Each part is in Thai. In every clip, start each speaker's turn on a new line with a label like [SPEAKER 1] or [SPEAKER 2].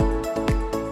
[SPEAKER 1] อ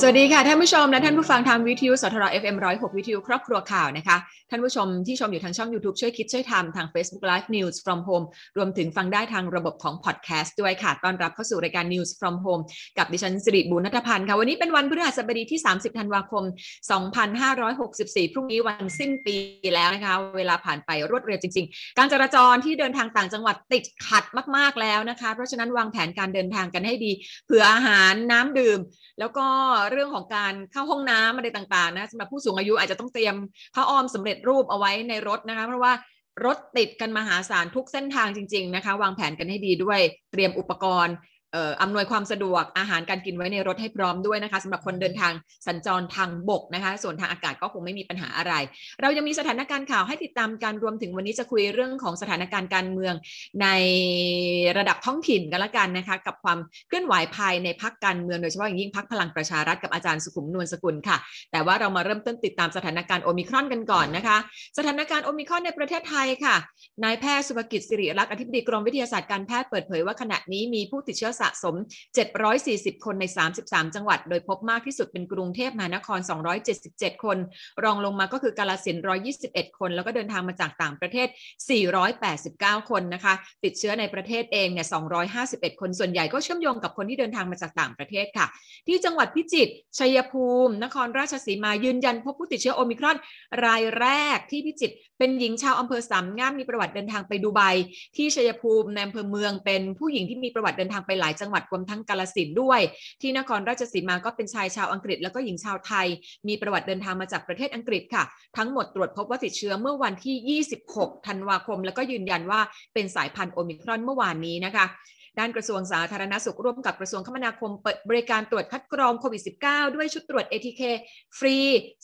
[SPEAKER 2] สวัสดีค่ะ ท่านผู้ชมและท่านผู้ฟังทางวิทยุสทร FM 106 วิทยุครอบครัวข่าวนะคะ ท่านผู้ชมที่ชมอยู่ทางช่อง YouTube ช่วยคิดช่วยทำทาง Facebook Live News from Home รวมถึงฟังได้ทางระบบของพอดแคสต์ด้วยค่ะ ต้อนรับเข้าสู่รายการ News from Home กับดิฉันสิริบุญนัทพันธ์ค่ะ วันนี้เป็นวันพฤหัสบดีที่ 30 ธันวาคม 2564 พรุ่งนี้วันสิ้นปีแล้วนะคะ เวลาผ่านไปรวดเร็วจริง ๆ การจราจรที่เดินทางต่างจังหวัดติดขัดมาก ๆแล้วนะคะ เพราะฉะนั้นวางแผนการเดินทางกันให้ดี เผื่ออาหารน้ำดื่ม แล้วก็เรื่องของการเข้าห้องน้ำอะไรต่างๆนะสำหรับผู้สูงอายุอาจจะต้องเตรียมผ้าอ้อมสำเร็จรูปเอาไว้ในรถนะคะ เพราะว่ารถติดกันมหาศาลทุกเส้นทางจริง ๆนะคะ วางแผนกันให้ดีด้วยเตรียมอุปกรณ์เอ่ออำนวยความสะดวกอาหารการกินไว้ในรถให้พร้อมด้วยนะคะสำหรับคนเดินทางสัญจรทางบกนะคะ ส่วนทางอากาศก็คงไม่มีปัญหาอะไร เรายังมีสถานการณ์ข่าวให้ติดตามการรวมถึงวันนี้จะคุยเรื่องของสถานการณ์การเมือง ในระดับท้องถิ่นกันละกันนะคะ กับความเคลื่อนไหวภายในพักการเมืองโดยเฉพาะอย่างยิ่งพักพลังประชารัฐกับอาจารย์สุขุมนวลสกุลค่ะ แต่ว่าเรามาเริ่มต้นติดตามสถานการณ์โอมิครอนกันก่อนนะคะ สถานการณ์โอมิครอนในประเทศไทยค่ะนายแพทย์สุภกิจสิริรักษ์อธิบดีกรมวิทยาศาสตร์การแพทย์เปิดเผยว่าขณะนี้มีผู้ติดเชื้อสะสม 740 คนใน 33 จังหวัด โดยพบมากที่สุดเป็นกรุงเทพมหานคร 277 คน รองลงมาก็คือกาลสินธุ์121 คน แล้วก็เดินทางมาจากต่างประเทศ 489 คนนะคะ ติดเชื้อในประเทศเองเนี่ย 251 คน ส่วนใหญ่ก็เชื่อมโยงกับคนที่เดินทางมาจากต่างประเทศค่ะ ที่จังหวัดพิจิตร ชัยภูมิ นครราชสีมา ยืนยันพบผู้ติดเชื้อโอมิครอน รายแรกที่พิจิตร เป็นหญิงชาวอำเภอสามงามมีประวัติเดินทางไปดูไบ ที่ชัยภูมิในอำเภอเมืองเป็นผู้หญิงที่มีประวัติเดินทางไปหลายจังหวัดรวมทั้งกาลสินธุ์ด้วย ที่นครราชสีมาก็เป็นชายชาวอังกฤษแล้วก็หญิงชาวไทย มีประวัติเดินทางมาจากประเทศอังกฤษค่ะ ทั้งหมดตรวจพบว่าติดเชื้อเมื่อวันที่ 26 ธันวาคม แล้วก็ยืนยันว่าเป็นสายพันธุ์โอมิครอนเมื่อวานนี้นะคะ ด้านกระทรวงสาธารณสุขร่วมกับกระทรวงคมนาคมเปิดบริการตรวจคัดกรองโควิด -19 ด้วยชุดตรวจ ATK ฟรี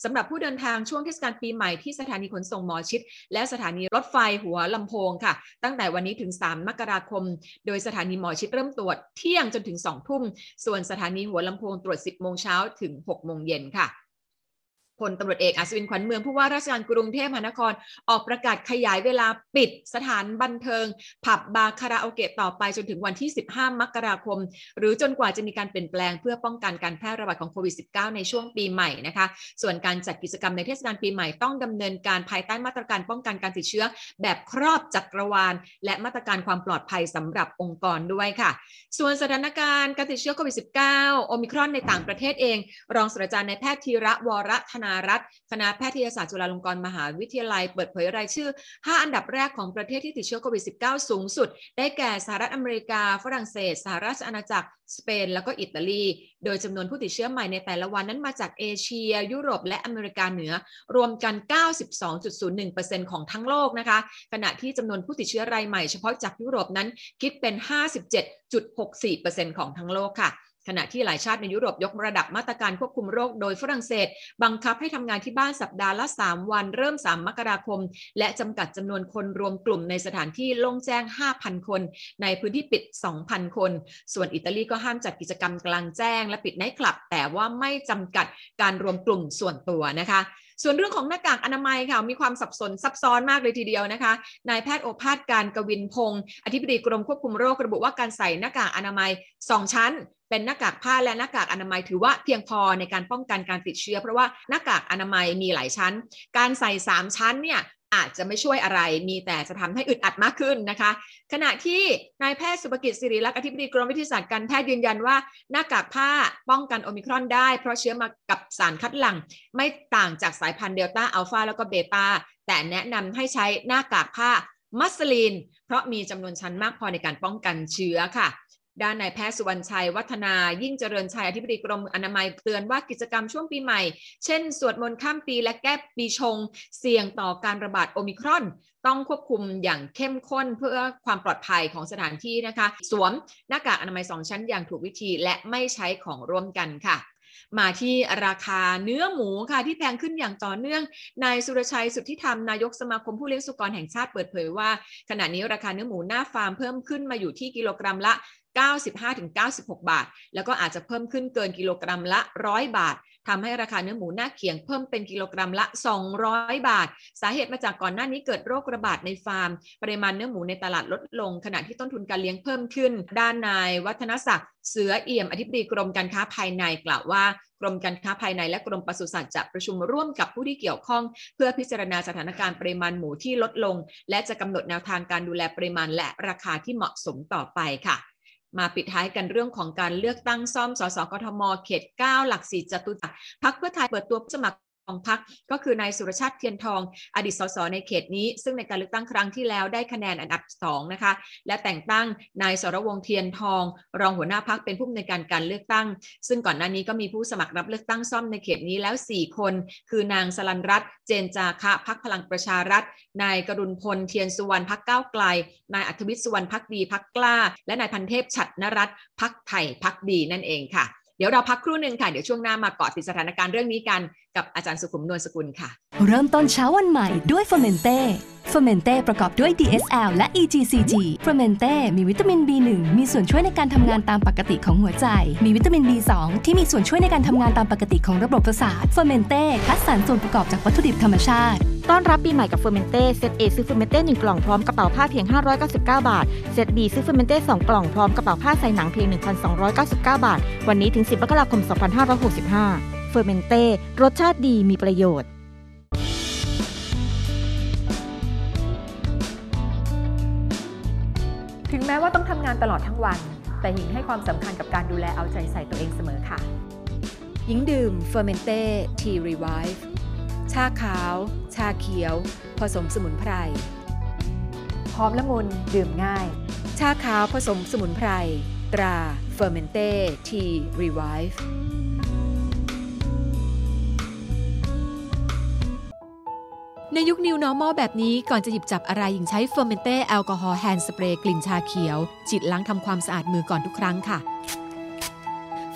[SPEAKER 2] สำหรับผู้เดินทางช่วงเทศกาลปีใหม่ที่สถานีขนส่งหมอชิด และสถานีรถไฟหัวลำโพงค่ะ ตั้งแต่วันนี้ถึง 3 มกราคม โดยสถานีหมอชิดเริ่มตรวจเที่ยงจนถึง 2 ทุ่ม ส่วนสถานีหัวลำโพงตรวจ 10 โมงเช้าถึง 6 โมงเย็นค่ะพลตำรวจเอกอัศวินขวัญเมืองผู้ว่าราชการกรุงเทพมหานคร ออกประกาศขยายเวลาปิดสถานบันเทิง ผับบาร์คาราโอเกะต่อไปจนถึงวันที่ 15 มกราคม หรือจนกว่าจะมีการเปลี่ยนแปลงเพื่อป้องกันการแพร่ระบาดของโควิด -19 ในช่วงปีใหม่นะคะ ส่วนการจัดกิจกรรมในเทศกาลปีใหม่ต้องดำเนินการภายใต้มาตรการป้องกันการติดเชื้อ แบบครอบจักรวาล และมาตรการความปลอดภัยสำหรับองค์กรด้วยค่ะ ส่วนสถานการณ์การติดเชื้อโควิด -19 โอมิครอนในต่างประเทศเอง รองศาสตราจารย์นายแพทย์ธีระวรธนารัตน์คณะแพทยศาสตร์จุฬาลงกรณ์มหาวิทยาลัย เปิดเผยรายชื่อ 5 อันดับแรกของประเทศที่ติดเชื้อโควิด -19 สูงสุด ได้แก่สหรัฐอเมริกา ฝรั่งเศส สหราชอาณาจักร สเปน แล้วก็อิตาลี โดยจำนวนผู้ติดเชื้อใหม่ในแต่ละวันนั้นมาจากเอเชีย ยุโรป และอเมริกาเหนือ รวมกัน 92.01%ของทั้งโลกนะคะ ขณะที่จำนวนผู้ติดเชื้อรายใหม่เฉพาะจากยุโรปนั้นคิดเป็น 57.64%ของทั้งโลกค่ะ ขณะที่หลายชาติในยุโรปยกระดับมาตรการควบคุมโรคโดยฝรั่งเศส บังคับให้ทำงานที่บ้านสัปดาห์ละ 3 วัน เริ่ม 3 มกราคม และจำกัดจำนวนคนรวมกลุ่มในสถานที่โล่งแจ้ง 5,000 คน ในพื้นที่ปิด 2,000 คน ส่วนอิตาลีก็ห้ามจัดกิจกรรมกลางแจ้ง และปิดไนท์คลับ แต่ว่าไม่จำกัดการรวมกลุ่มส่วนตัวนะคะ ส่วนเรื่องของหน้ากากอนามัยค่ะมีความสับสนซับซ้อนมากเลยทีเดียวนะคะนายแพทย์โอภาสการกวินพงศ์อธิบดีกรมควบคุมโรคระบุว่าการใส่หน้ากากอนามัย 2 ชั้น เป็นหน้ากากผ้าและหน้ากากอนามัยถือว่าเพียงพอในการป้องกันการติดเชื้อ เพราะว่าหน้ากากอนามัยมีหลายชั้น การใส่ 3 ชั้นเนี่ยอาจจะไม่ช่วยอะไรมีแต่จะทำให้อึดอัดมากขึ้นนะคะ ขณะที่นายแพทย์สุภกิจสิริลักษณ์อธิบดีกรมวิทยาศาสตร์การแพทย์ยืนยันว่า หน้ากากผ้าป้องกันโอมิครอนได้ เพราะเชื้อมากับสารคัดหลั่ง ไม่ต่างจากสายพันธุ์เดลต้าอัลฟาแล้วก็เบต้าแต่แนะนำให้ใช้หน้ากากผ้ามัสลิน เพราะมีจำนวนชั้นมากพอในการป้องกันเชื้อค่ะ ด้านนายแพทย์สุวรรณชัย วัฒนา ยิ่งเจริญชัยอธิบดีกรมอนามัยเตือนว่ากิจกรรมช่วงปีใหม่ เช่น สวดมนต์ข้ามปีและแก้ปีชง เสี่ยงต่อการระบาดโอมิครอน ต้องควบคุมอย่างเข้มข้นเพื่อความปลอดภัยของสถานที่นะคะ สวมหน้ากากอนามัย 2 ชั้นอย่างถูกวิธีและไม่ใช้ของร่วมกันค่ะ มาที่ราคาเนื้อหมูค่ะที่แพงขึ้นอย่างต่อเนื่อง นายสุรชัยสุทธิธรรมนายกสมาคมผู้เลี้ยงสุกรแห่งชาติเปิดเผยว่า ขณะนี้ราคาเนื้อหมูหน้าฟาร์มเพิ่มขึ้นมาอยู่ที่กิโลกรัมละ 95-96 บาท แล้วก็อาจจะเพิ่มขึ้นเกินกิโลกรัมละ 100 บาททำให้ราคาเนื้อหมูหน้าเขียงเพิ่มเป็นกิโลกรัมละ 200 บาท สาเหตุมาจากก่อนหน้านี้เกิดโรคระบาดในฟาร์ม ปริมาณเนื้อหมูในตลาดลดลง ขณะที่ต้นทุนการเลี้ยงเพิ่มขึ้น ด้านนายวัฒนศักดิ์เสือเอี่ยมอธิบดีกรมการค้าภายในกล่าวว่ากรมการค้าภายในและกรมปศุสัตว์จะประชุมร่วมกับผู้ที่เกี่ยวข้อง เพื่อพิจารณาสถานการณ์ปริมาณหมูที่ลดลง และจะกำหนดแนวทางการดูแลปริมาณและราคาที่เหมาะสมต่อไปค่ะ มาปิดท้ายกันเรื่องของการเลือกตั้งซ่อมสสกทม เขต 9 หลักสี่จตุจักรพักเพื่อไทยเปิดตัวผู้สมัครของพักก็คือนายสุรชาติเทียนทอง อดีตสสในเขตนี้ ซึ่งในการเลือกตั้งครั้งที่แล้วได้คะแนนอันดับสองนะคะ และแต่งตั้งนายสรวงศ์เทียนทอง รองหัวหน้าพักเป็นผู้อำนวยการการเลือกตั้ง ซึ่งก่อนหน้านี้ก็มีผู้สมัครรับเลือกตั้งซ่อมในเขตนี้แล้ว 4 คน คือนางสลันรัตน์เจนจาคะพักพลังประชารัฐ นายกรุณพลเทียนสุวรรณพักก้าวไกล นายอัธวิทย์สุวรรณพักดีพักกล้า และนายพันเทพฉัตรนรัตน์พักไทยพักดีนั่นเองค่ะ เดี๋ยวเราพักครู่หนึ่งค่ะ เดี๋ยวช่วงหน้ามาเกาะติดสถานการณ์เรื่องนี้กันกับอาจารย์สุขุมนวลสกุลค่ะ
[SPEAKER 3] เริ่มต้นเช้าวันใหม่ด้วยเฟอร์เมนเต้เฟอร์เมนเต้ประกอบด้วย DSL และ EGCG เฟอร์เมนเต้มีวิตามิน B1 มีส่วนช่วยในการทำงานตามปกติของหัวใจ มีวิตามิน B2 ที่มีส่วนช่วยในการทำงานตามปกติของระบบประสาทเฟอร์เมนเต้คัดสรรส่วนประกอบจากวัตถุดิบธรรมชาติ
[SPEAKER 4] ต้อนรับปีใหม่กับเฟอร์เมนเต้เซต A ซื้อเฟอร์เมนเต้1กล่องพร้อมกระเป๋าผ้าเพียง 599 บาท เซต B ซื้อเฟอร์เมนเต้2กล่องพร้อมกระเป๋าผ้าใส่หนังเพียง 1,299 บาท วันนี้ถึง 10มกราคม 2565 เฟอร์เมนเต้รสชาติดีมีประโยชน์
[SPEAKER 5] ถึงแม้ว่าต้องทำงานตลอดทั้งวัน แต่หญิงให้ความสำคัญกับการดูแลเอาใจใส่ตัวเองเสมอค่ะ
[SPEAKER 6] หญิงดื่มเฟอร์เมนเต้ทีรีไวฟ์ชาขาว ชาเขียว ผสมสมุนไพร
[SPEAKER 5] พร้อมละมุน ดื่มง่าย
[SPEAKER 6] ชาขาวผสมสมุนไพร ตราเฟอร์เมนเต้ทีรีไวฟ์
[SPEAKER 7] ในยุค New Normal แบบนี้ก่อนจะหยิบจับอะไรหญิงใช้เฟอร์เมนเต้แอลกอฮอล์แฮนด์สเปรย์กลิ่นชาเขียว จิตล้างทำความสะอาดมือก่อนทุกครั้งค่ะเฟ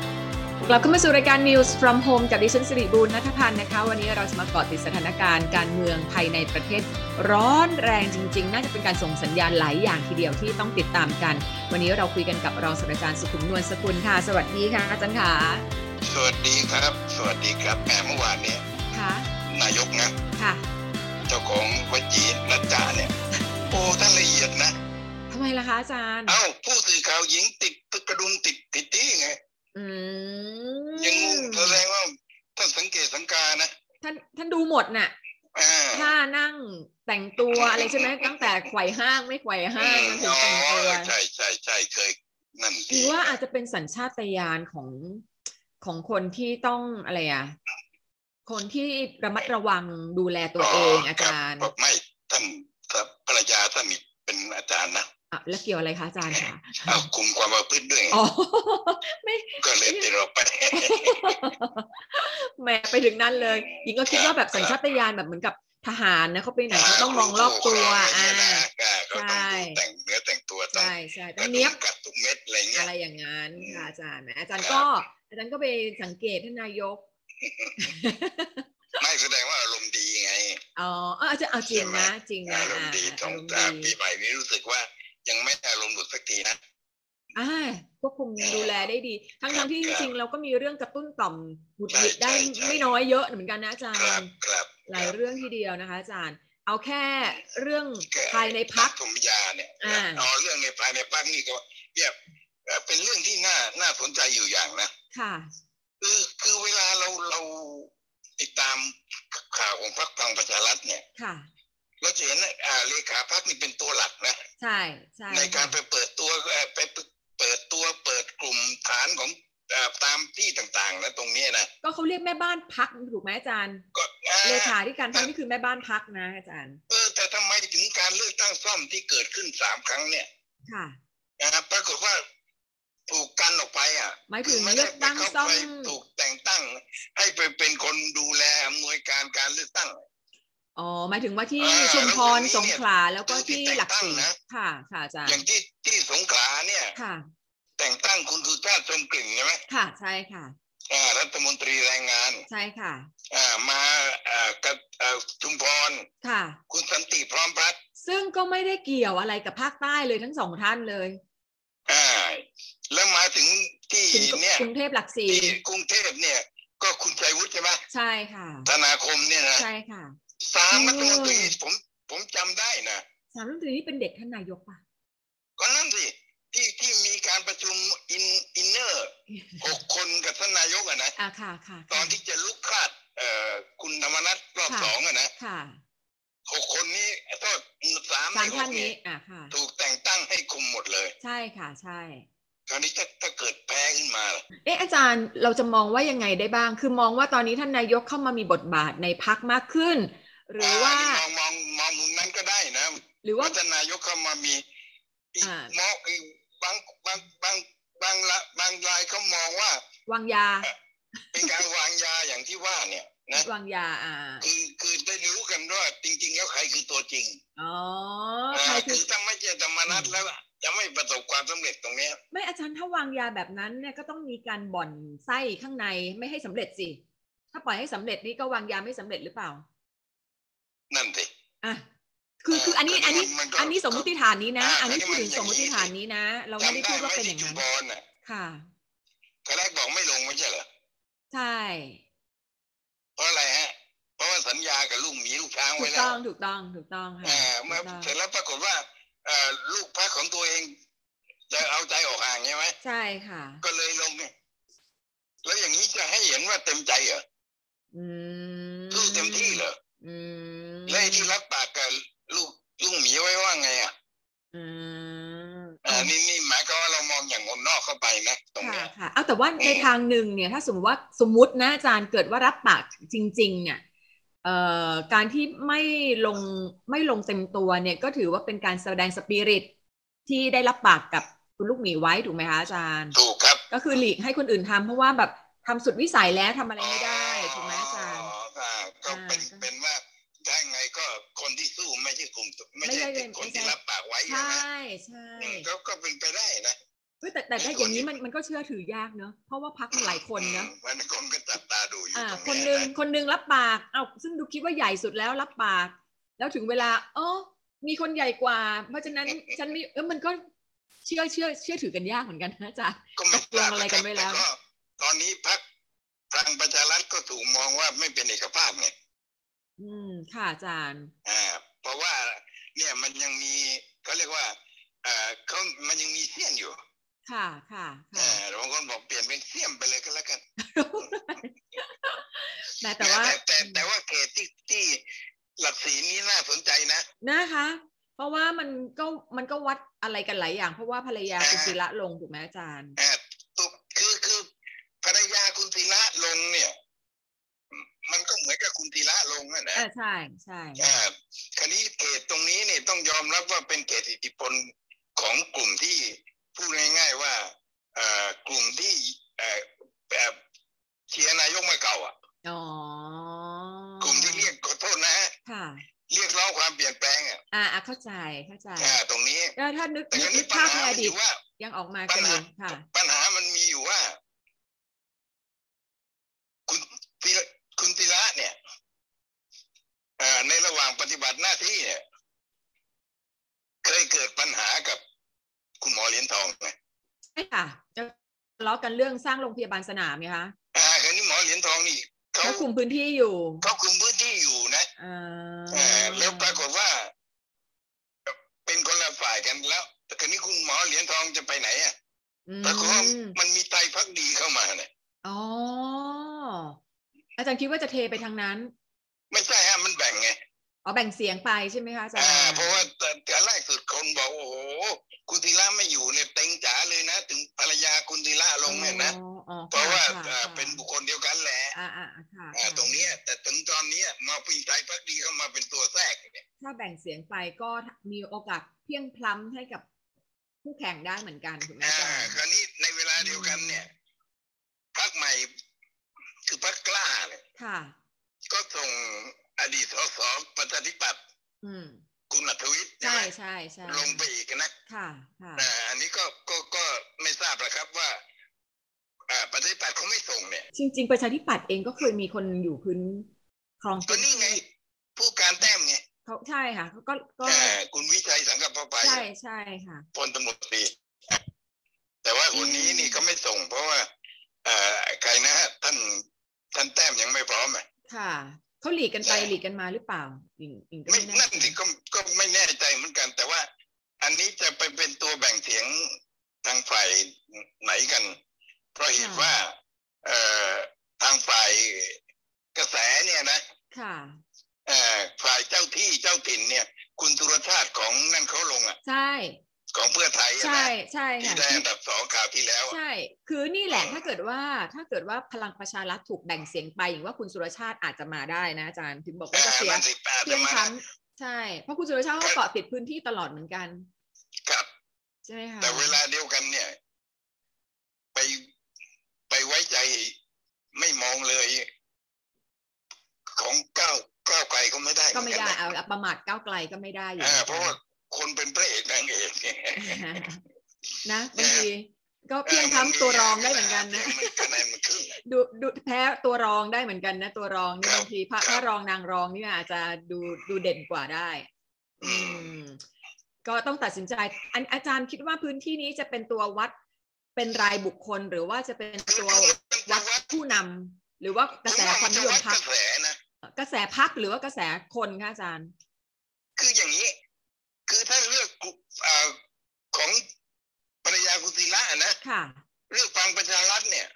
[SPEAKER 2] กลับเข้ามาสู่รายการ News from Home กับดิฉันสิริบูลนัทพันธ์นะคะ วันนี้เราจะมาเกาะติดสถานการณ์การเมืองภายในประเทศ ร้อนแรงจริง ๆ น่าจะเป็นการส่งสัญญาณหลายอย่างทีเดียวที่ต้องติดตามกัน วันนี้เราคุยกันกับรองศาสตราจารย์สุขุมนวลสกุลค่ะ สวัสดีค่ะอาจารย์ค่ะ
[SPEAKER 8] สวัสดีครับ สวัสดีครับแหมเมื่อวานเนี่ย
[SPEAKER 2] ค่ะ
[SPEAKER 8] นายกนะ
[SPEAKER 2] ค่ะ
[SPEAKER 8] เจ้าของวจีนัจจาเนี่ย โอ้ท่านละเอียดนะ
[SPEAKER 2] ทำไมล่ะคะอาจารย์
[SPEAKER 8] เอ้า ผู้สื่อข่าวหญิงติดตึกกระดุมติดติดตี้ไง
[SPEAKER 2] อื
[SPEAKER 8] ยัง
[SPEAKER 2] ม
[SPEAKER 8] แสดงว่าท่านสังเกตสังกานะ
[SPEAKER 2] ท่านท่านดูหมดน่ะ
[SPEAKER 8] อ่า
[SPEAKER 2] ท่านั่งแต่งตัวอะไรใช่ไหมตั้งแต่ไขว่ห้างไม่ไขว่ห้างจนถึง
[SPEAKER 8] อ๋อ
[SPEAKER 2] แต่งตัว
[SPEAKER 8] ใช่ใช่ใช่เคย นั่น
[SPEAKER 2] หรือว่าอาจจะเป็นสัญชาตญาณของของคนที่ต้องอะไรอ่ะ คนที่ระมัดระวังดูแลตัวเองอาจารย์
[SPEAKER 8] คบไม่ท่านภรรยาท่านมีเป็นอาจารย์นะ
[SPEAKER 2] อ่ะแล้วเกี่ยวอะไรคะอาจารย์คะ
[SPEAKER 8] เอาคุมความประพฤติด้วยไง
[SPEAKER 2] อ๋อไม่
[SPEAKER 8] ก็เลยติดออกไป
[SPEAKER 2] แหมไปถึงนั้นเลยหญิงก็คิดว่าแบบสัญชาตญาณแบบเหมือนกับทหารนะเขาไปไหนเขาต้องมองรอบตัวอ่า
[SPEAKER 8] เขาต้อง
[SPEAKER 2] ใช่
[SPEAKER 8] ดูแต่งเนื้อแต่งตัวต้อง
[SPEAKER 2] ใช่ใช่ต้องเนี้ยบ
[SPEAKER 8] กัดทุกเม็ดอะไรเงี้
[SPEAKER 2] อะ
[SPEAKER 8] ย
[SPEAKER 2] ไรอย่างนั้นค่ะอาจารย์นะอาจารย์
[SPEAKER 8] ครับ
[SPEAKER 2] ก็ อาจารย์ก็ไปสังเกตท่านนายก
[SPEAKER 8] ไม่แสดงว่าอารมณ์ดีไง
[SPEAKER 2] อ๋อเอออาจารย์เอาจริงนะจริงนะ
[SPEAKER 8] อารมณ์ดีสอง
[SPEAKER 2] อ่า
[SPEAKER 8] สา
[SPEAKER 2] อา
[SPEAKER 8] ม
[SPEAKER 2] รมณ์
[SPEAKER 8] ปี
[SPEAKER 2] ดี
[SPEAKER 8] ใหม่นี้รู้สึกว่ายังไม่อารมณ์หลุดสักทีนะ
[SPEAKER 2] อ่าควบคุมดูแลได้ดี ทั้ง
[SPEAKER 8] ครั
[SPEAKER 2] ทั้
[SPEAKER 8] บ
[SPEAKER 2] งที่จ
[SPEAKER 8] ครับ
[SPEAKER 2] ริงๆเราก็มีเรื่องกระตุ้นต่อมหงุดหงิดได้
[SPEAKER 8] ใช่ใช่ใช่
[SPEAKER 2] ไม่น้อยเยอะเหมือนกันนะอาจา
[SPEAKER 8] ครับ
[SPEAKER 2] รย์
[SPEAKER 8] ครับ
[SPEAKER 2] หลายเรื่องทีเดียวนะคะ อาจารย์ เอาแค่เรื่อง
[SPEAKER 8] ครับ
[SPEAKER 2] ภายในพัก
[SPEAKER 8] ธมยาเนี่ย
[SPEAKER 2] อ่า
[SPEAKER 8] อ๋อเรื่องในภายในพักนี่ก็เนี่ยเอ่อเป็นเรื่องที่น่าน่าสนใจอยู่อย่างนะ
[SPEAKER 2] ค่ะ
[SPEAKER 8] คือคือเวลาเราเราติดตามข่าวของพรรคพลังประชารัฐเนี่ย
[SPEAKER 2] ค่ะ
[SPEAKER 8] เราจะเห็นนะอ่าเลขาพรรคนี่เป็นตัวหลักนะ
[SPEAKER 2] ใช่ใช่
[SPEAKER 8] ในการไปเปิดตัวเอ่อไปเปิดตัวเปิดกลุ่มฐานของเอ่อตามที่ต่างๆนะตรงนี้นะ
[SPEAKER 2] ก็เขาเรียกแม่บ้านพักถูกไหมอาจารย์
[SPEAKER 8] ก็อ่า
[SPEAKER 2] เลขาที่การพักนี่คือแม่บ้านพักนะอาจารย์
[SPEAKER 8] เออแต่ทำไมถึงการเลือกตั้งซ่อมที่เกิดขึ้นสามครั้งเนี่ย
[SPEAKER 2] ค่ะ
[SPEAKER 8] นะครับปรากฏว่า ถูกกันออกไปอ่ะ
[SPEAKER 2] หมายถึง
[SPEAKER 8] ไม่
[SPEAKER 2] เลื
[SPEAKER 8] ได้
[SPEAKER 2] อกตั้ง
[SPEAKER 8] เข้า
[SPEAKER 2] ซ่อม
[SPEAKER 8] ไปถูกแต่งตั้ง ให้ไปเป็นคนดูแลอำนวยการการเลือกตั้ง
[SPEAKER 2] อ๋อหมายถึงว่าที่
[SPEAKER 8] เออ
[SPEAKER 2] ชุมพร
[SPEAKER 8] แล้ววันนี้เนี่ย
[SPEAKER 2] สงขลาแล้วก็ที่หลักสี่
[SPEAKER 8] ที่แต่งตั้งนะ
[SPEAKER 2] ค่ะ ค่ะอาจารย์
[SPEAKER 8] อย่างที่ที่สงขลาเนี่ย
[SPEAKER 2] ค่ะ
[SPEAKER 8] แต่งตั้งคุณสุชาติชมกลิ่นใช่ไหม
[SPEAKER 2] ค่ะใช่ค่ะ
[SPEAKER 8] อ่ารัฐมนตรีแรงงาน
[SPEAKER 2] ใช่ค่ะ
[SPEAKER 8] อ่ามาอ่ากับอ่าชุมพร
[SPEAKER 2] ค่ะ
[SPEAKER 8] คุณสันติพร้อมพัฒน์
[SPEAKER 2] ซึ่งก็ไม่ได้เกี่ยวอะไรกับภาคใต้เลยทั้งสองท่านเลย
[SPEAKER 8] อ่าแล้วมาถึงที่
[SPEAKER 2] ถึงกรุ
[SPEAKER 8] เนี่ย
[SPEAKER 2] กรุงเทพหลักสี่
[SPEAKER 8] ที่กรุงเทพเนี่ย ก็คุณชัยวุฒิใช่ไหม
[SPEAKER 2] ใช่ค่ะ
[SPEAKER 8] ธนาคมเนี่ยนะ
[SPEAKER 2] ใช่ค่ะ
[SPEAKER 8] สามรัฐมนตรี
[SPEAKER 2] อืม
[SPEAKER 8] ผมผมจำได้นะ
[SPEAKER 2] สามรัฐมนตรีนี่เป็นเด็กท่านนายกป่ะ
[SPEAKER 8] ก็นั่นสิที่ที่มีการประชุมอินอินเนอร์หกคนกับท่านนายกอะนะ
[SPEAKER 2] อ่าค่ะค่ะ
[SPEAKER 8] ตอ
[SPEAKER 2] ค่ะ
[SPEAKER 8] นที่จะลุกคลาดเอ่อคุณธรรมนัฐรอบ
[SPEAKER 2] ค่ะ
[SPEAKER 8] สองอะนะ
[SPEAKER 2] ค่ะ
[SPEAKER 8] หกคนนี้โทษสาม
[SPEAKER 2] สาม
[SPEAKER 8] ในห
[SPEAKER 2] ท่าน
[SPEAKER 8] ก
[SPEAKER 2] นี้อ่าค่ะ
[SPEAKER 8] ถูกแต่งตั้งให้คุมหมดเลย
[SPEAKER 2] ใช่ค่ะใช่
[SPEAKER 8] คราวนี้ถ้าถ้าเกิดแพ้ขึ้นมาล่ะ
[SPEAKER 2] เอ๊ะอาจารย์เราจะมองว่ายังไงได้บ้าง คือมองว่าตอนนี้ท่านนายกเข้ามามีบทบาทในพักมากขึ้น หรือว่า
[SPEAKER 8] มองมองมองมุมนั้นก็ได้นะ
[SPEAKER 2] หรือว่า
[SPEAKER 8] ท่านนายกเข้ามามีอีก
[SPEAKER 2] อ่า
[SPEAKER 8] มองอีกบางบางบางบางละบางรายเขามองว่า
[SPEAKER 2] วางยา
[SPEAKER 8] เป็นการวางยาอย่างที่ว่าเนี่ยนะ
[SPEAKER 2] วางยาอ่า
[SPEAKER 8] คือคือได้รู้กันว่าจริง ๆ แล้วใครคือตัวจริง
[SPEAKER 2] อ๋อ
[SPEAKER 8] เอ่อ
[SPEAKER 2] ใครคื
[SPEAKER 8] คือ อถ้าไม่เจตมานัดแล้วอะจะไม่ประสบความสำเร็จตรงเนี้ย
[SPEAKER 2] ไม่อาจารย์ถ้าวางยาแบบนั้นเนี่ยก็ต้องมีการบ่อนไส้ข้างในไม่ให้สำเร็จสิ ถ้าปล่อยให้สำเร็จนี่ก็วางยาไม่สำเร็จหรือเปล่า
[SPEAKER 8] นั่นสิ
[SPEAKER 2] อ่ะ คือ
[SPEAKER 8] เอ่อ
[SPEAKER 2] คืออันนี้
[SPEAKER 8] ก็
[SPEAKER 2] อันนี้
[SPEAKER 8] มันก็
[SPEAKER 2] อันนี้สมมติฐานนี้นะ
[SPEAKER 8] อ่า
[SPEAKER 2] อันนี้
[SPEAKER 8] ก็
[SPEAKER 2] พูดถึง
[SPEAKER 8] มันอ
[SPEAKER 2] สมมติ
[SPEAKER 8] ย่างนี้
[SPEAKER 2] ฐานนี้นะ เราไม่ได้
[SPEAKER 8] จำ
[SPEAKER 2] พูด
[SPEAKER 8] ได้ไหม
[SPEAKER 2] ว่าเป็นอ
[SPEAKER 8] ที่
[SPEAKER 2] ย่าง
[SPEAKER 8] ชุม
[SPEAKER 2] นั้น
[SPEAKER 8] พรน่ะ
[SPEAKER 2] ค่ะ
[SPEAKER 8] ตอนแรกบอกไม่ลงไม่ใช่เหรอ
[SPEAKER 2] ใช่
[SPEAKER 8] เพราะอะไรฮะ เพราะว่าสัญญากับลูกหมีลูกช้าง
[SPEAKER 2] ถู
[SPEAKER 8] ไว้
[SPEAKER 2] ก
[SPEAKER 8] แล้
[SPEAKER 2] ต้
[SPEAKER 8] ว
[SPEAKER 2] องถูกต้องถูกต้องค่ะ
[SPEAKER 8] เอ่อเมื่อ
[SPEAKER 2] ถูกต้อง
[SPEAKER 8] เสร็จแล้วปรากฏว่าเอ่อลูกพักของตัวเองจะเอาใจออกห่างใช่ไหม
[SPEAKER 2] ใช่ค่ะ
[SPEAKER 8] ก็เลยลงเนี่ยแล้วอย่างนี้จะให้เห็นว่าเต็มใจเหรอ
[SPEAKER 2] อืม
[SPEAKER 8] สู้เต็มที่เหรอ
[SPEAKER 2] อืม
[SPEAKER 8] และไอ้ที่รับปากกับลูกลูกหมีไว้ว่าไงอ่ะ
[SPEAKER 2] อืม
[SPEAKER 8] อ่านี่นี่หมายก็ว่าเรามองอย่างคนนอกเข้าไปนะตรง
[SPEAKER 2] ค่ะ
[SPEAKER 8] เนี้ย
[SPEAKER 2] ค่ะเอาแต่ว่าในทางหนึ่งเนี่ย ถ้าสมมติว่าสมมตินะอาจารย์เกิดว่ารับปากจริง ๆ เนี่ยเอ่อการที่ไม่ลงไม่ลงเต็มตัวเนี่ยก็ถือว่าเป็นการแสดงสปิริตที่ได้รับปากกับคุณลูกหมีไว้ถูกไหมคะอาจารย์
[SPEAKER 8] ถูกครับ
[SPEAKER 2] ก็คือหลีกให้คนอื่นทำเพราะว่าแบบทำสุดวิสัยแล้วทำอะไรไม่ได้ถูกไหมอาจารย์
[SPEAKER 8] อ่าก็เป็น
[SPEAKER 2] อ่า
[SPEAKER 8] เป็นว่าได้ไงก็คนที่สู้ไม่ใช่กลุ่มตัวไม่ใช่
[SPEAKER 2] ไม่ใช่
[SPEAKER 8] คน
[SPEAKER 2] ไม่ใช่
[SPEAKER 8] ที่รับปากไว้
[SPEAKER 2] ใช่
[SPEAKER 8] นะ
[SPEAKER 2] ใช่
[SPEAKER 8] อืมก็ก็เป็นไปได้นะ
[SPEAKER 2] เฮ้ยแต่แต่ถ้าอย่างนี้มันมันก็เชื่อถือยากเนอะเพราะว่าพักมันหลายคนเนอะ
[SPEAKER 8] อืมมันคนก็จับตาดูอยู่
[SPEAKER 2] อ่า
[SPEAKER 8] ตรง
[SPEAKER 2] คนห
[SPEAKER 8] เนี้
[SPEAKER 2] นึ่
[SPEAKER 8] ย
[SPEAKER 2] ง
[SPEAKER 8] นะ
[SPEAKER 2] คนหนึ่งรับปากเอาซึ่งดูคิดว่าใหญ่สุดแล้วรับปาก แล้วถึงเวลาเออมีคนใหญ่กว่า เพราะฉะ นั้นฉันไม่เออมันก็เชื่อเชื่อเชื่อถือกันยากเหมือนกันนะอาจ๊ะ
[SPEAKER 8] ก็ม่
[SPEAKER 2] ตกลงอะไร กันไว้แล้ว
[SPEAKER 8] ต่ตอนนี้พักพลังประชารัฐก็ถูกมองว่าไม่เป็นเอกภาพไง
[SPEAKER 2] อืมค่ะอาจารย์
[SPEAKER 8] อ่า เพราะว่าเนี่ยมันยังมีเขาเรียกว่าเอ่อเขามันยังมีเสี้ยนอยู่
[SPEAKER 2] ค่ะค่ะค่ะ
[SPEAKER 8] อ่าบางคนบอกเปลี่ยนเป็นเสี้ยมไปเลยก็แล้วกัน
[SPEAKER 2] แม้แต่ว่า
[SPEAKER 8] แตแต่แต่ว่าเขตที่ที่หลักสีนี้น่าสนใจนะ
[SPEAKER 2] นะคะ เพราะว่ามันก็มันก็วัดอะไรกันหลายอย่าง เพราะว่าภรรยาคุณศิระลงถูกไหมอาจารย์
[SPEAKER 8] อ่าตุคือคือภรรยาคุณธีระลงเนี่ย มันก็เหมือนกับคุณธีระลงนั่นแหละ
[SPEAKER 2] เอ่าใช่ใช่
[SPEAKER 8] อ่าคราวนี้เขตตรงนี้เนี่ยต้องยอมรับว่าเป็นเขตอิทธิพลของกลุ่มที่พูดง่ายๆว่าเอ่อกลุ่มที่เอ่อแบบเชียร์นายกมาเก่าอ่ะ
[SPEAKER 2] อ๋อก
[SPEAKER 8] ลุ่มที่เรียกขอโทษนะฮะ
[SPEAKER 2] ค่ะ
[SPEAKER 8] เรียกร้องความเปลี่ยนแปลงอ่ะ
[SPEAKER 2] อ่าอ่ะเข้าใจเข้าใจ
[SPEAKER 8] อ่าตรงนี้
[SPEAKER 2] แล้วถ้านึก
[SPEAKER 8] แต่
[SPEAKER 2] นึ
[SPEAKER 8] ค
[SPEAKER 2] ก
[SPEAKER 8] ราว
[SPEAKER 2] นึกภาพ
[SPEAKER 8] นี้ปัญ
[SPEAKER 2] ในอ
[SPEAKER 8] หามันอ
[SPEAKER 2] ดีต
[SPEAKER 8] ยู่ว่า
[SPEAKER 2] ยังออกมากันอยู่ค่ะ
[SPEAKER 8] ปัญหามันมีอยู่ว่า คุณธีระคุณธีระเนี่ยเอ่อในระหว่างปฏิบัติหน้าที่เนี่ยเคยเกิดปัญหากับคุณหมอเหรียญทองไหม
[SPEAKER 2] ใช่ค่ะ จะทะเลาะกันเรื่องสร้างโรงพยาบาลสนามไงคะ
[SPEAKER 8] อ่าคราวนี้หมอเหรียญทองนี่เขา
[SPEAKER 2] แล้วคุมพื้นที่อยู่
[SPEAKER 8] เขาคุมพื้นที่อยู่นะ
[SPEAKER 2] อ่า
[SPEAKER 8] เอ่อแล้วปรากฏว่า เป็นคนละฝ่ายกันแล้วแต่คราวนี้คุณหมอเหรียญทองจะไปไหนอ่ะ
[SPEAKER 2] อืม
[SPEAKER 8] ปรากฏว่ามันมีไตรพักดีเข้ามาเนี่ย
[SPEAKER 2] อ๋อ อาจารย์คิดว่าจะเทไปทางนั้น
[SPEAKER 8] ไม่ใช่ฮะมันแบ่งไง
[SPEAKER 2] อ๋อแบ่งเสียงไปใช่ไหมคะอาจาร
[SPEAKER 8] อ่า
[SPEAKER 2] ย์
[SPEAKER 8] เพราะว่าแต่แต่แรกสุดคนบอกโอ้โห คุณธีระไม่อยู่เนี่ยเต็งจ๋าเลยนะ ถึงภรรยาคุณธีระลงเนี่ยนะ
[SPEAKER 2] อ๋ออ๋อ
[SPEAKER 8] เพราะว่า
[SPEAKER 2] ค่
[SPEAKER 8] เอ่อ
[SPEAKER 2] ค่ะ
[SPEAKER 8] เป็นบุคคลเดียวกันแหละ
[SPEAKER 2] อ่าอ่าค่ะ
[SPEAKER 8] อ่าตรงเนี้ย แต่ถึงตอนเนี้ยมาปีไทยพักดีเข้ามาเป็นตัวแทรกเนี่ย
[SPEAKER 2] ถ้าแบ่งเสียงไปก็มีโอกาสเพลี่ยงพล้ำให้กับ คู่แข่งได้เหมือนกันถูกไหม
[SPEAKER 8] อ่า
[SPEAKER 2] อาจารย์
[SPEAKER 8] คราวนี้ในเวลาเดียวกันเนี่ยพรรคใหม่คือพรรคกล้าเนี่ย
[SPEAKER 2] ค่ะ
[SPEAKER 8] ก็ส่งอดีตสสประชาธิปัตย์
[SPEAKER 2] อืม
[SPEAKER 8] คุณอัธวิทย์
[SPEAKER 2] ใช่
[SPEAKER 8] ไหม
[SPEAKER 2] ใช่ใช่
[SPEAKER 8] ลงไปอีกนะ
[SPEAKER 2] ค่ะค่ะ
[SPEAKER 8] อ่าอันนี้ก็ก็ก็ไม่ทราบละครับว่าอ่าประชาธิปัตย์เขาไม่ส่งเนี่ย
[SPEAKER 2] จริง ๆ ประชาธิปัตย์เองก็เคยมีคนอยู่พื้นครอง
[SPEAKER 8] ก็นี่ไง ผู้การแต้มไง
[SPEAKER 2] เขาใช่ค่ะเขาก็ก็
[SPEAKER 8] อ่าคุณวิชัยสังกัปปะไป
[SPEAKER 2] ใช่ใช่ค่ะ
[SPEAKER 8] พลตำรวจตรีแต่ว่าคนนี้นี่ก็ไม่ส่ง เพราะว่าอ่าใครนะฮะท่านท่านแต้มยังไม่พร้อมอ่ะ
[SPEAKER 2] ค่ะ เขาหลีกกันไปหลีกกันมาหรือเปล่าอิงอิงก็
[SPEAKER 8] ไม่
[SPEAKER 2] ไม่แน่
[SPEAKER 8] นั่นสิก็ก็ไม่แน่ใจเหมือนกัน แต่ว่า อันนี้จะไปเป็นตัวแบ่งเสียงทางฝ่ายไหนกัน เพราะเหตุว่า เอ่อทางฝ่ายกระแสเนี่ยนะ
[SPEAKER 2] ค่ะ
[SPEAKER 8] เอ่อฝ่ายเจ้าที่เจ้าถิ่นเนี่ย คุณสุรชาติของนั่นเขาลงอ่ะ
[SPEAKER 2] ใช่
[SPEAKER 8] ของเพื่อไทยอะ
[SPEAKER 2] ใช่
[SPEAKER 8] นะ
[SPEAKER 2] ใช่
[SPEAKER 8] ที่
[SPEAKER 2] ค่ะ
[SPEAKER 8] ได้
[SPEAKER 2] ที่
[SPEAKER 8] อันดับสองข่าวที่แล้วอะ
[SPEAKER 2] ใช่ คือนี่แหละถ้าเกิดว่าถ้าเกิดว่าพลังประชารัฐถูกแบ่งเสียงไปอย่างว่าคุณสุรชาติอาจจะมาได้นะอาจารย์ถึงบอกว่าจะ
[SPEAKER 8] อ่า
[SPEAKER 2] เสีย
[SPEAKER 8] มันสิอาจ
[SPEAKER 2] เพีย
[SPEAKER 8] จะ
[SPEAKER 2] ง
[SPEAKER 8] มา
[SPEAKER 2] ช้ำใช่ เพราะคุณสุรชาติก็เกาะติดพื้นที่ตลอดเหมือนกัน
[SPEAKER 8] ครับ
[SPEAKER 2] ใช่ไหมคะ
[SPEAKER 8] แต่เวลาเดียวกันเนี่ย ไปไปไว้ใจไม่มองเลย ของก้าวก้าวไกลก็ไม่ได้
[SPEAKER 2] ก็ไม่ได้เอา
[SPEAKER 8] เหมือน
[SPEAKER 2] ละประมาทก้าวไกลก็ไม่ได้อยู่
[SPEAKER 8] นนะอ่าเพราะว่าคนเป็นพระเอกนางเอกเนี่ย
[SPEAKER 2] นะ บางทีก็เพียงช้ำตัวรองได้เหมือนกันนะ
[SPEAKER 8] มันคะแนนมันขึ้น
[SPEAKER 2] ดูดูแพ้ตัวรองได้เหมือนกันนะ ตัวรองนี่
[SPEAKER 8] ครับ
[SPEAKER 2] บางทีพระ
[SPEAKER 8] ครั
[SPEAKER 2] พ
[SPEAKER 8] บ
[SPEAKER 2] ระรองนางรองนี่อาจจะดูดูเด่นกว่าได้
[SPEAKER 8] อื
[SPEAKER 2] อืม
[SPEAKER 8] ม
[SPEAKER 2] ก็ต้องตัดสินใจอันอาจารย์คิดว่าพื้นที่นี้จะเป็นตัววัดเป็นรายบุคคลหรือว่าจะเป็นตัววัดผู้นำหรือว่ากระแสความนิยม
[SPEAKER 8] พ
[SPEAKER 2] พั
[SPEAKER 8] ก
[SPEAKER 2] ก
[SPEAKER 8] ระแสนะ
[SPEAKER 2] กระแสพักหรือว่ากระแสคนคะอาจารย์
[SPEAKER 8] คืออย่างนี้ คือถ้าเลือกกลุ่มอ่าของภรรยากุศิละนะ
[SPEAKER 2] ค่ะ
[SPEAKER 8] เลือกฟังประชารัฐเนี่ย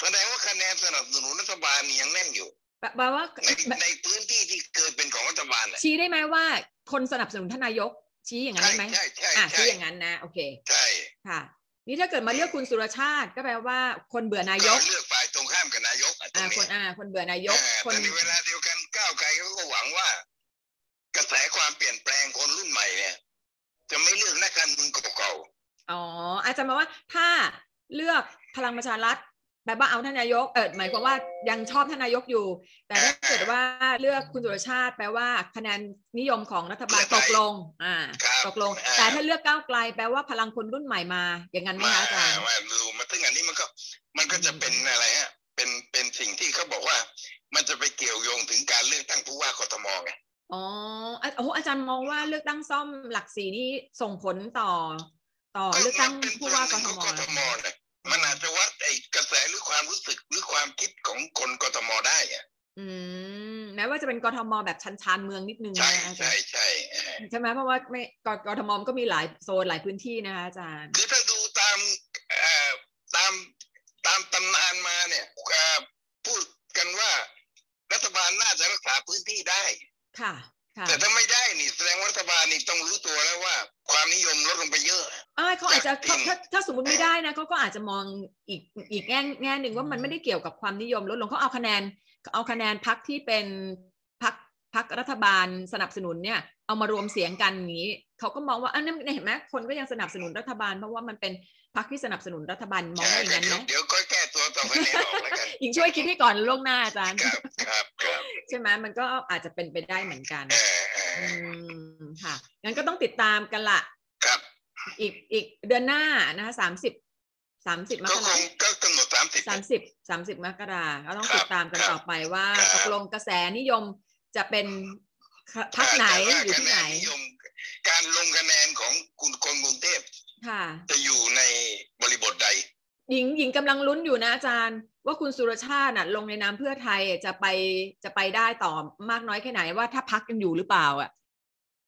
[SPEAKER 8] แสดงว่าคะแนนสนับสนุนรัฐบาลเนี่ยยังแน่นอยู่
[SPEAKER 2] แปลแปลว่า
[SPEAKER 8] ในในพื้นที่ที่เคยเป็นของรัฐบาลน่ะ
[SPEAKER 2] ชี้ได้ไหมว่า คนสนับสนุนทานนายก ชี้อย่างนั้น
[SPEAKER 8] ใช่
[SPEAKER 2] ได้ไหม
[SPEAKER 8] ใช่ใช่
[SPEAKER 2] อ่ะ
[SPEAKER 8] ใช่
[SPEAKER 2] ชี้อย่างนั้นนะโอเค
[SPEAKER 8] ใช่
[SPEAKER 2] ค่ะ นี่ถ้าเกิดมาเลือกคุณสุรชาติก็แปลว่าคนเบื่อนายก
[SPEAKER 8] ก็เลือกฝ่ายตรงข้ามกับนายกอ่ะตร
[SPEAKER 2] อ่าง ค
[SPEAKER 8] นี้
[SPEAKER 2] นอ่าคนเบื่อนายก
[SPEAKER 8] อ่า
[SPEAKER 2] คน
[SPEAKER 8] แต่ในเวลาเดียวกันก้าวไกลเขาก็หวังว่า กระแสความเปลี่ยนแปลงคนรุ่นใหม่เนี่ย จะไม่เลือกนักการเมืองเก่า
[SPEAKER 2] อ๋ออาจารย์มาว่าถ้าเลือกพลังประชารัฐแปลว่าเอาท่านนายกเออหมายความว่ายังชอบท่านนายกอยู่ แต่ถ้าเกิดว่าเลือกคุณสุรชาติแปลว่าคะแนนนิยมของรัฐบาลตกลง อ่า
[SPEAKER 8] ๆครับ
[SPEAKER 2] ตกลง
[SPEAKER 8] อ่
[SPEAKER 2] แต่ถ้าเลือกก้าวไกลแปลว่าพลังคนรุ่นใหม่มา อย่างนั้นไหม
[SPEAKER 8] มา
[SPEAKER 2] คะอาจารย์
[SPEAKER 8] มาดูมาซึ่งอันนี้มันก็ มันก็จะเป็นอะไรฮะ เป็นเป็นสิ่งที่เขาบอกว่า มันจะไปเกี่ยวโยงถึงการเลือกตั้งผู้ว่ากทมไง
[SPEAKER 2] อ๋ออ่ะโอ้โหอาจารย์มองว่าเลือกตั้งซ่อมหลักสีนี่ส่งผลต่อ ต่อเลือกตั้งผู้ว่ากทม
[SPEAKER 8] กทมเนี่ยมันอาจจะวัดไอ้กระแสหรือความรู้สึกหรือความคิดของคนกทมได้อะ
[SPEAKER 2] อืมแม้ว่าจะเป็นกทมแบบชันชานเมืองนิดนึง
[SPEAKER 8] ใช่
[SPEAKER 2] นะอาจา
[SPEAKER 8] ใช่
[SPEAKER 2] รย์
[SPEAKER 8] ใช่เออ
[SPEAKER 2] ใช่ไหมเพราะว่าไม่กกทมก็มีหลายโซนหลายพื้นที่นะคะอาจารย์
[SPEAKER 8] คือถ้าดูตามเอ่อตามตามตำนานมาเนี่ยเอ่อพูดกันว่ารัฐบาลน่าจะรักษาพื้นที่ได้
[SPEAKER 2] ค่ะ ค่ะ
[SPEAKER 8] แต่ถ้าไม่ได้นี่แสดงว่ารัฐบาลนี่ต้องรู้ตัวแล้วว่า ความนิยมลดลงไปเยอะ
[SPEAKER 2] อ่าเขาอาจจะ
[SPEAKER 8] จริ
[SPEAKER 2] เขา
[SPEAKER 8] ง
[SPEAKER 2] ถ้าถ้าสมมติไม่ได้นะเขาก็อาจจะมองอีกอีกแง่แง่หนึ่งว่ามันไม่ได้เกี่ยวกับความนิยมลดลงเขาเอาคะแนนเอาคะแนนพักที่เป็นพักพักรัฐบาลสนับสนุนเนี่ย เอามารวมเสียงกันอย่างนี้เขาก็มองว่าอันนั้นเห็นไหมคนก็ยังสนับสนุนรัฐบาลเพราะว่ามันเป็นพักที่สนับสนุนรัฐบาลมองว่าอย่างนั้นไหม
[SPEAKER 8] เดี๋ยวก็แก้ตัวต่อไปนี้ออกแล้วกัน
[SPEAKER 2] ยิงช่วยคิดให้ก่อนล่วงหน้าอาจารย์
[SPEAKER 8] ครับครับครับ
[SPEAKER 2] ใช่ไหมมันก็อาจจะเป็นไปได้เหมือนกัน
[SPEAKER 8] เออเอ
[SPEAKER 2] อื
[SPEAKER 8] อ
[SPEAKER 2] มค่ะ งั้นก็ต้องติดตามกันละ
[SPEAKER 8] ครับ
[SPEAKER 2] อีกอีกเดือนหน้านะคะสามสิบสามสิบม
[SPEAKER 8] ก็
[SPEAKER 2] ก
[SPEAKER 8] ค
[SPEAKER 2] ราง
[SPEAKER 8] ก็กำหนดสามสิบ
[SPEAKER 2] สามสิบสามสิบมกราก็ต้อง
[SPEAKER 8] ครับ
[SPEAKER 2] ติดตามกัน
[SPEAKER 8] ครับ
[SPEAKER 2] ต่อไปว่า
[SPEAKER 8] ครับ
[SPEAKER 2] ตกลงกระแสนิยมจะเป็นพักไหนอยู่ที่ไหน
[SPEAKER 8] การลงคะแนนของคุณคนกรุงเทพ
[SPEAKER 2] ค่ะ
[SPEAKER 8] จะอยู่ในบริบทใด
[SPEAKER 2] หญิงหญิงกำลังลุ้นอยู่นะอาจารย์ ว่าคุณสุรชาติน่ะลงในนามเพื่อไทยจะไปจะไปได้ต่อมากน้อยแค่ไหนว่าถ้าพักยังอยู่หรือเปล่าอ่ะ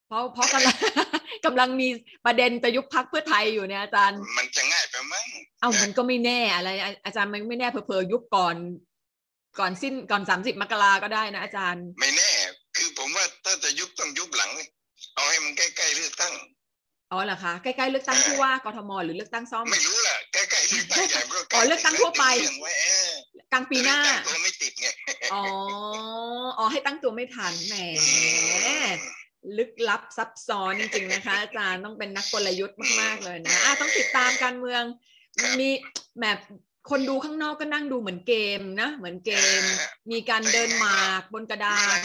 [SPEAKER 2] เพราะเพราะกำลัง กำลังมีประเด็นจะยุบพักเพื่อไทยอยู่เนี่ยอาจารย์
[SPEAKER 8] มันจะง่ายไปมั้ง
[SPEAKER 2] เอามันก็ไม่แน่อะไรอาอาจารย์มันไม่แน่เผลอๆยุบก่อน ก่อนสิ้นก่อนสามสิบมกราก็ได้นะอาจารย์
[SPEAKER 8] ไม่แน่ คือผมว่าถ้าจะยุบต้องยุบหลัง เอาให้มันใกล้ๆเลือกตั้ง
[SPEAKER 2] อ๋อเหรอคะใกล้ๆเลือกตั้งผู้ว่ากทมหรือเลือกตั้งซ่อม
[SPEAKER 8] ไม่รู้ล่ะใกล้ๆเลือกตั้งใหญ่มันก็ใล้
[SPEAKER 2] อ๋อเลือกตั้งทั่วไป
[SPEAKER 8] เลือกตั้งว้เออก
[SPEAKER 2] ลางปีหน้า
[SPEAKER 8] เลือกตั้งตัวไม่ติดไง
[SPEAKER 2] อ๋อ อ๋อให้ตั้งตัวไม่ทันแหม ลึกลับซับซ้อนจริงๆนะคะ อาจารย์ต้องเป็นนักกลยุทธ์มากๆเลยนะอ่ะต้องติดตามการเมือง มีแบบคนดูข้างนอกก็นั่งดูเหมือนเกมนะ เหมือนเกม มีการเดินหมากบนกระดาน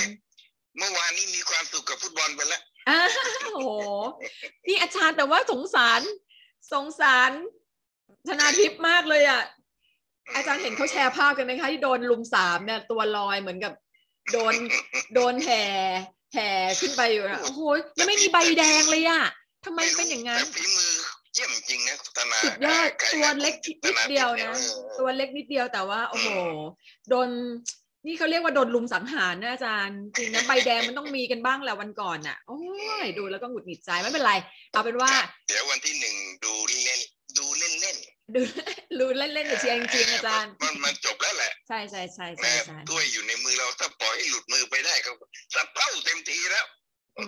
[SPEAKER 8] เมื่อวานนี้มีความสุขกับฟุตบอลไปแล้ว
[SPEAKER 2] อ้าวโอ้โห นี่อาจารย์แต่ว่าสงสาร สงสารธนาทิพย์มากเลยอ่ะ อาจารย์เห็นเขาแชร์ภาพกันไหมคะที่โดนลุมสามเนี่ยตัวลอยเหมือนกับ โดนโดนแห่แห่ขึ้นไปอยู่นะโอ้โหยังไม่มีใบแดงเลยอ่ะทำไมเป็นอย่างนั้น
[SPEAKER 8] แต่ฝีมือเยี่ยมจริงนะธนา
[SPEAKER 2] สุดยอด
[SPEAKER 8] ใคร
[SPEAKER 2] ตัวเล็กนิดเดียวนะ
[SPEAKER 8] ออ
[SPEAKER 2] ตัวเล็กนิดเดียวแต่ว่า โอ้โหโดนนี่เขาเรียกว่าโดนลุมสังหารนะอาจารย์จริงนะใบแดงมันต้องมีกันบ้างแหละวันก่อนน่ะ โอ้ยดูแล้วก็หงุดหงิดใจไม่เป็นไร เอาเป็นว่า
[SPEAKER 8] เดี๋ยววันที่หนึ่งดูเล่นดูเล่นเล่น
[SPEAKER 2] ดูดูเล่นๆแต่เชียร์จริงๆอาจารย์
[SPEAKER 8] มันมันจบแล้วแหละ
[SPEAKER 2] ใช่ใช่ใช่ใช่
[SPEAKER 8] นะ
[SPEAKER 2] ใช่
[SPEAKER 8] ถ้วยอยู่ในมือเราถ้าปล่อยให้หลุดมือไปได้ก็สับเป้าเต็มทีแล้ว
[SPEAKER 2] อื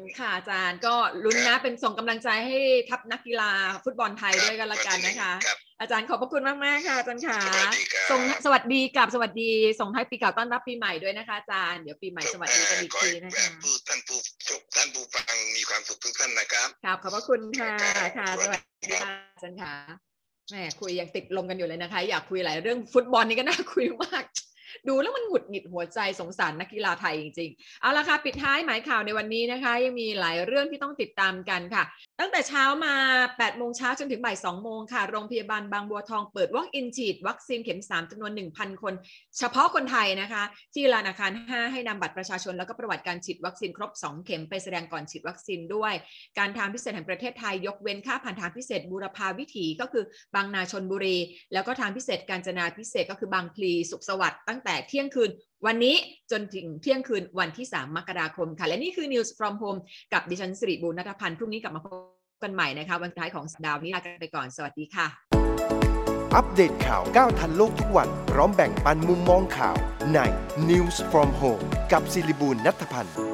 [SPEAKER 2] มค่ะอาจารย์ก็ลุ้นนะเป็นส่งกำลังใจให้ทัพนักกีฬาฟุตบอลไทยด้วยกันละกันนะคะ
[SPEAKER 8] ครับ
[SPEAKER 2] อาจารย์ขอบพระคุณมากมากๆค่ะอาจารย์ค่ะ
[SPEAKER 8] สวัสดีครับ
[SPEAKER 2] ส่งสวัสดีกลับสวัสดีส่งท้ายปีเก่าต้อนรับปีใหม่ด้วยนะคะอาจารย์เดี๋ยวปีใหม่สวัสดีกันอีกทีนะคะ
[SPEAKER 8] ผู้ท่านผู้ชมท่านผู้ฟังมีความสุขทุกท่านนะครับ
[SPEAKER 2] ครับขอบพระคุณค่ะค่ะ ส
[SPEAKER 8] สวั
[SPEAKER 2] วัส
[SPEAKER 8] สดี
[SPEAKER 2] ดี
[SPEAKER 8] ครั
[SPEAKER 2] ค่ะ
[SPEAKER 8] บ
[SPEAKER 2] อาจารย์ค่ะแหมคุยยังติดลมกันอยู่เลยนะคะ อยากคุยหลายเรื่องฟุตบอลนี่ก็น่าคุยมาก ดูแล้วมันหงุดหงิดหัวใจสงสารนักกีฬาไทยจริงๆ เอาละค่ะ ปิดท้ายหมายข่าวในวันนี้นะคะ ยังมีหลายเรื่องที่ต้องติดตามกันค่ะ ตั้งแต่เช้ามา 8 โมงเช้าจนถึงบ่าย 2 โมงค่ะ โรงพยาบาลบางบัวทองเปิดวอล์กอินฉีดวัคซีนเข็ม 3จำนวน 1,000 คน เฉพาะคนไทยนะคะ ที่ลานอาคาร 5 ให้นำบัตรประชาชน แล้วก็ประวัติการฉีดวัคซีนครบ 2 เข็มไปแสดงก่อนฉีดวัคซีนด้วย การทางพิเศษแห่งประเทศไทยยกเว้นค่าผ่านทางพิเศษบูรพาวิถีก็คือบางนาชนบุรี แล้วก็ทางพิเศษกาญจนาพิเศษก็คือบางพลีสุขสวัสดิ์ตั้งแต่เที่ยงคืน วันนี้จนถึงเที่ยงคืนวันที่ 3 มกราคมค่ะ และนี่คือ News from Home กับดิฉันสิริบูรณัฐพันธ์พรุ่งนี้กลับมาพบกันใหม่นะคะ วันสุดท้ายของสัปดาห์วันนี้ลากันไปก่อนสวัสดีค่ะ
[SPEAKER 1] อัปเดตข่าวก้าวทันโลกทุกวัน พร้อมแบ่งปันมุมมองข่าวใน News from Home กับศิริบูลนัทพันธ์